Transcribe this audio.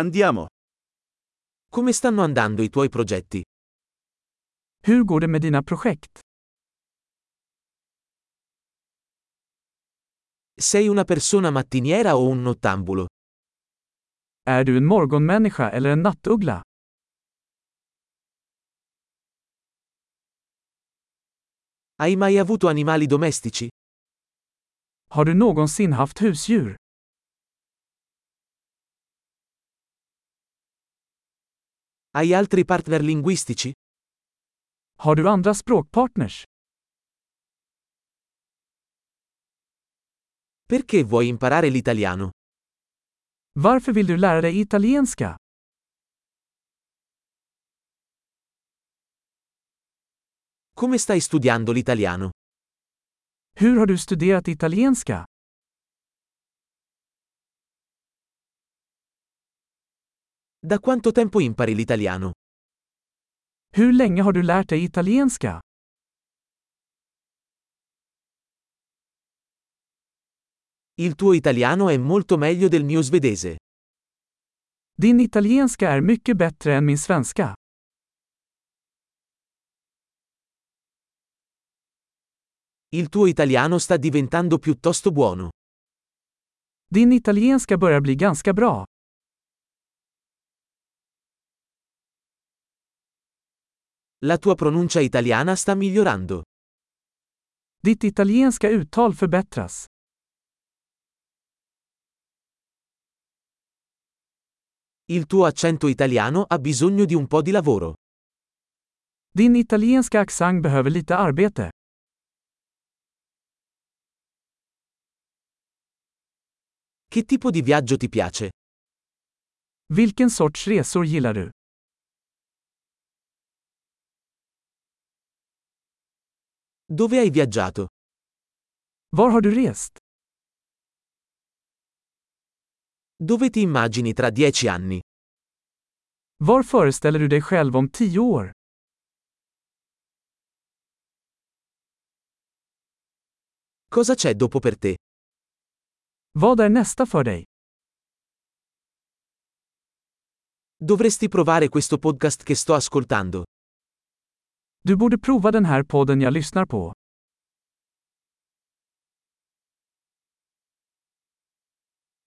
Andiamo. Come stanno andando i tuoi progetti? Hur går det med dina projekt? Sei una persona mattiniera o un nottambulo? Är du en morgonmänniska eller en nattuggla? Hai mai avuto animali domestici? Har du någonsin haft husdjur? Hai altri partner linguistici? Har du andra språkpartners? Perché vuoi imparare l'italiano? Varför vill du lära dig italienska? Come stai studiando l'italiano? Hur har du studerat italienska? Da quanto tempo impari l'italiano? Hur länge har du lärt dig italienska? Il tuo italiano è molto meglio del mio svedese. Din italienska är mycket bättre än min svenska. Il tuo italiano sta diventando piuttosto buono. Din italienska börjar bli ganska bra. La tua pronuncia italiana sta migliorando. Ditt italienska uttal förbättras. Il tuo accento italiano ha bisogno di un po' di lavoro. Din italienska accent behöver lite arbete. Che tipo di viaggio ti piace? Vilken sorts resor gillar du? Dove hai viaggiato? Var har du rest? Dove ti immagini tra dieci anni? Var föreställer du dig själv om tio år? Cosa c'è dopo per te? Vad är nästa för dig? Dovresti provare questo podcast che sto ascoltando. Du borde prova den här podden jag lyssnar på.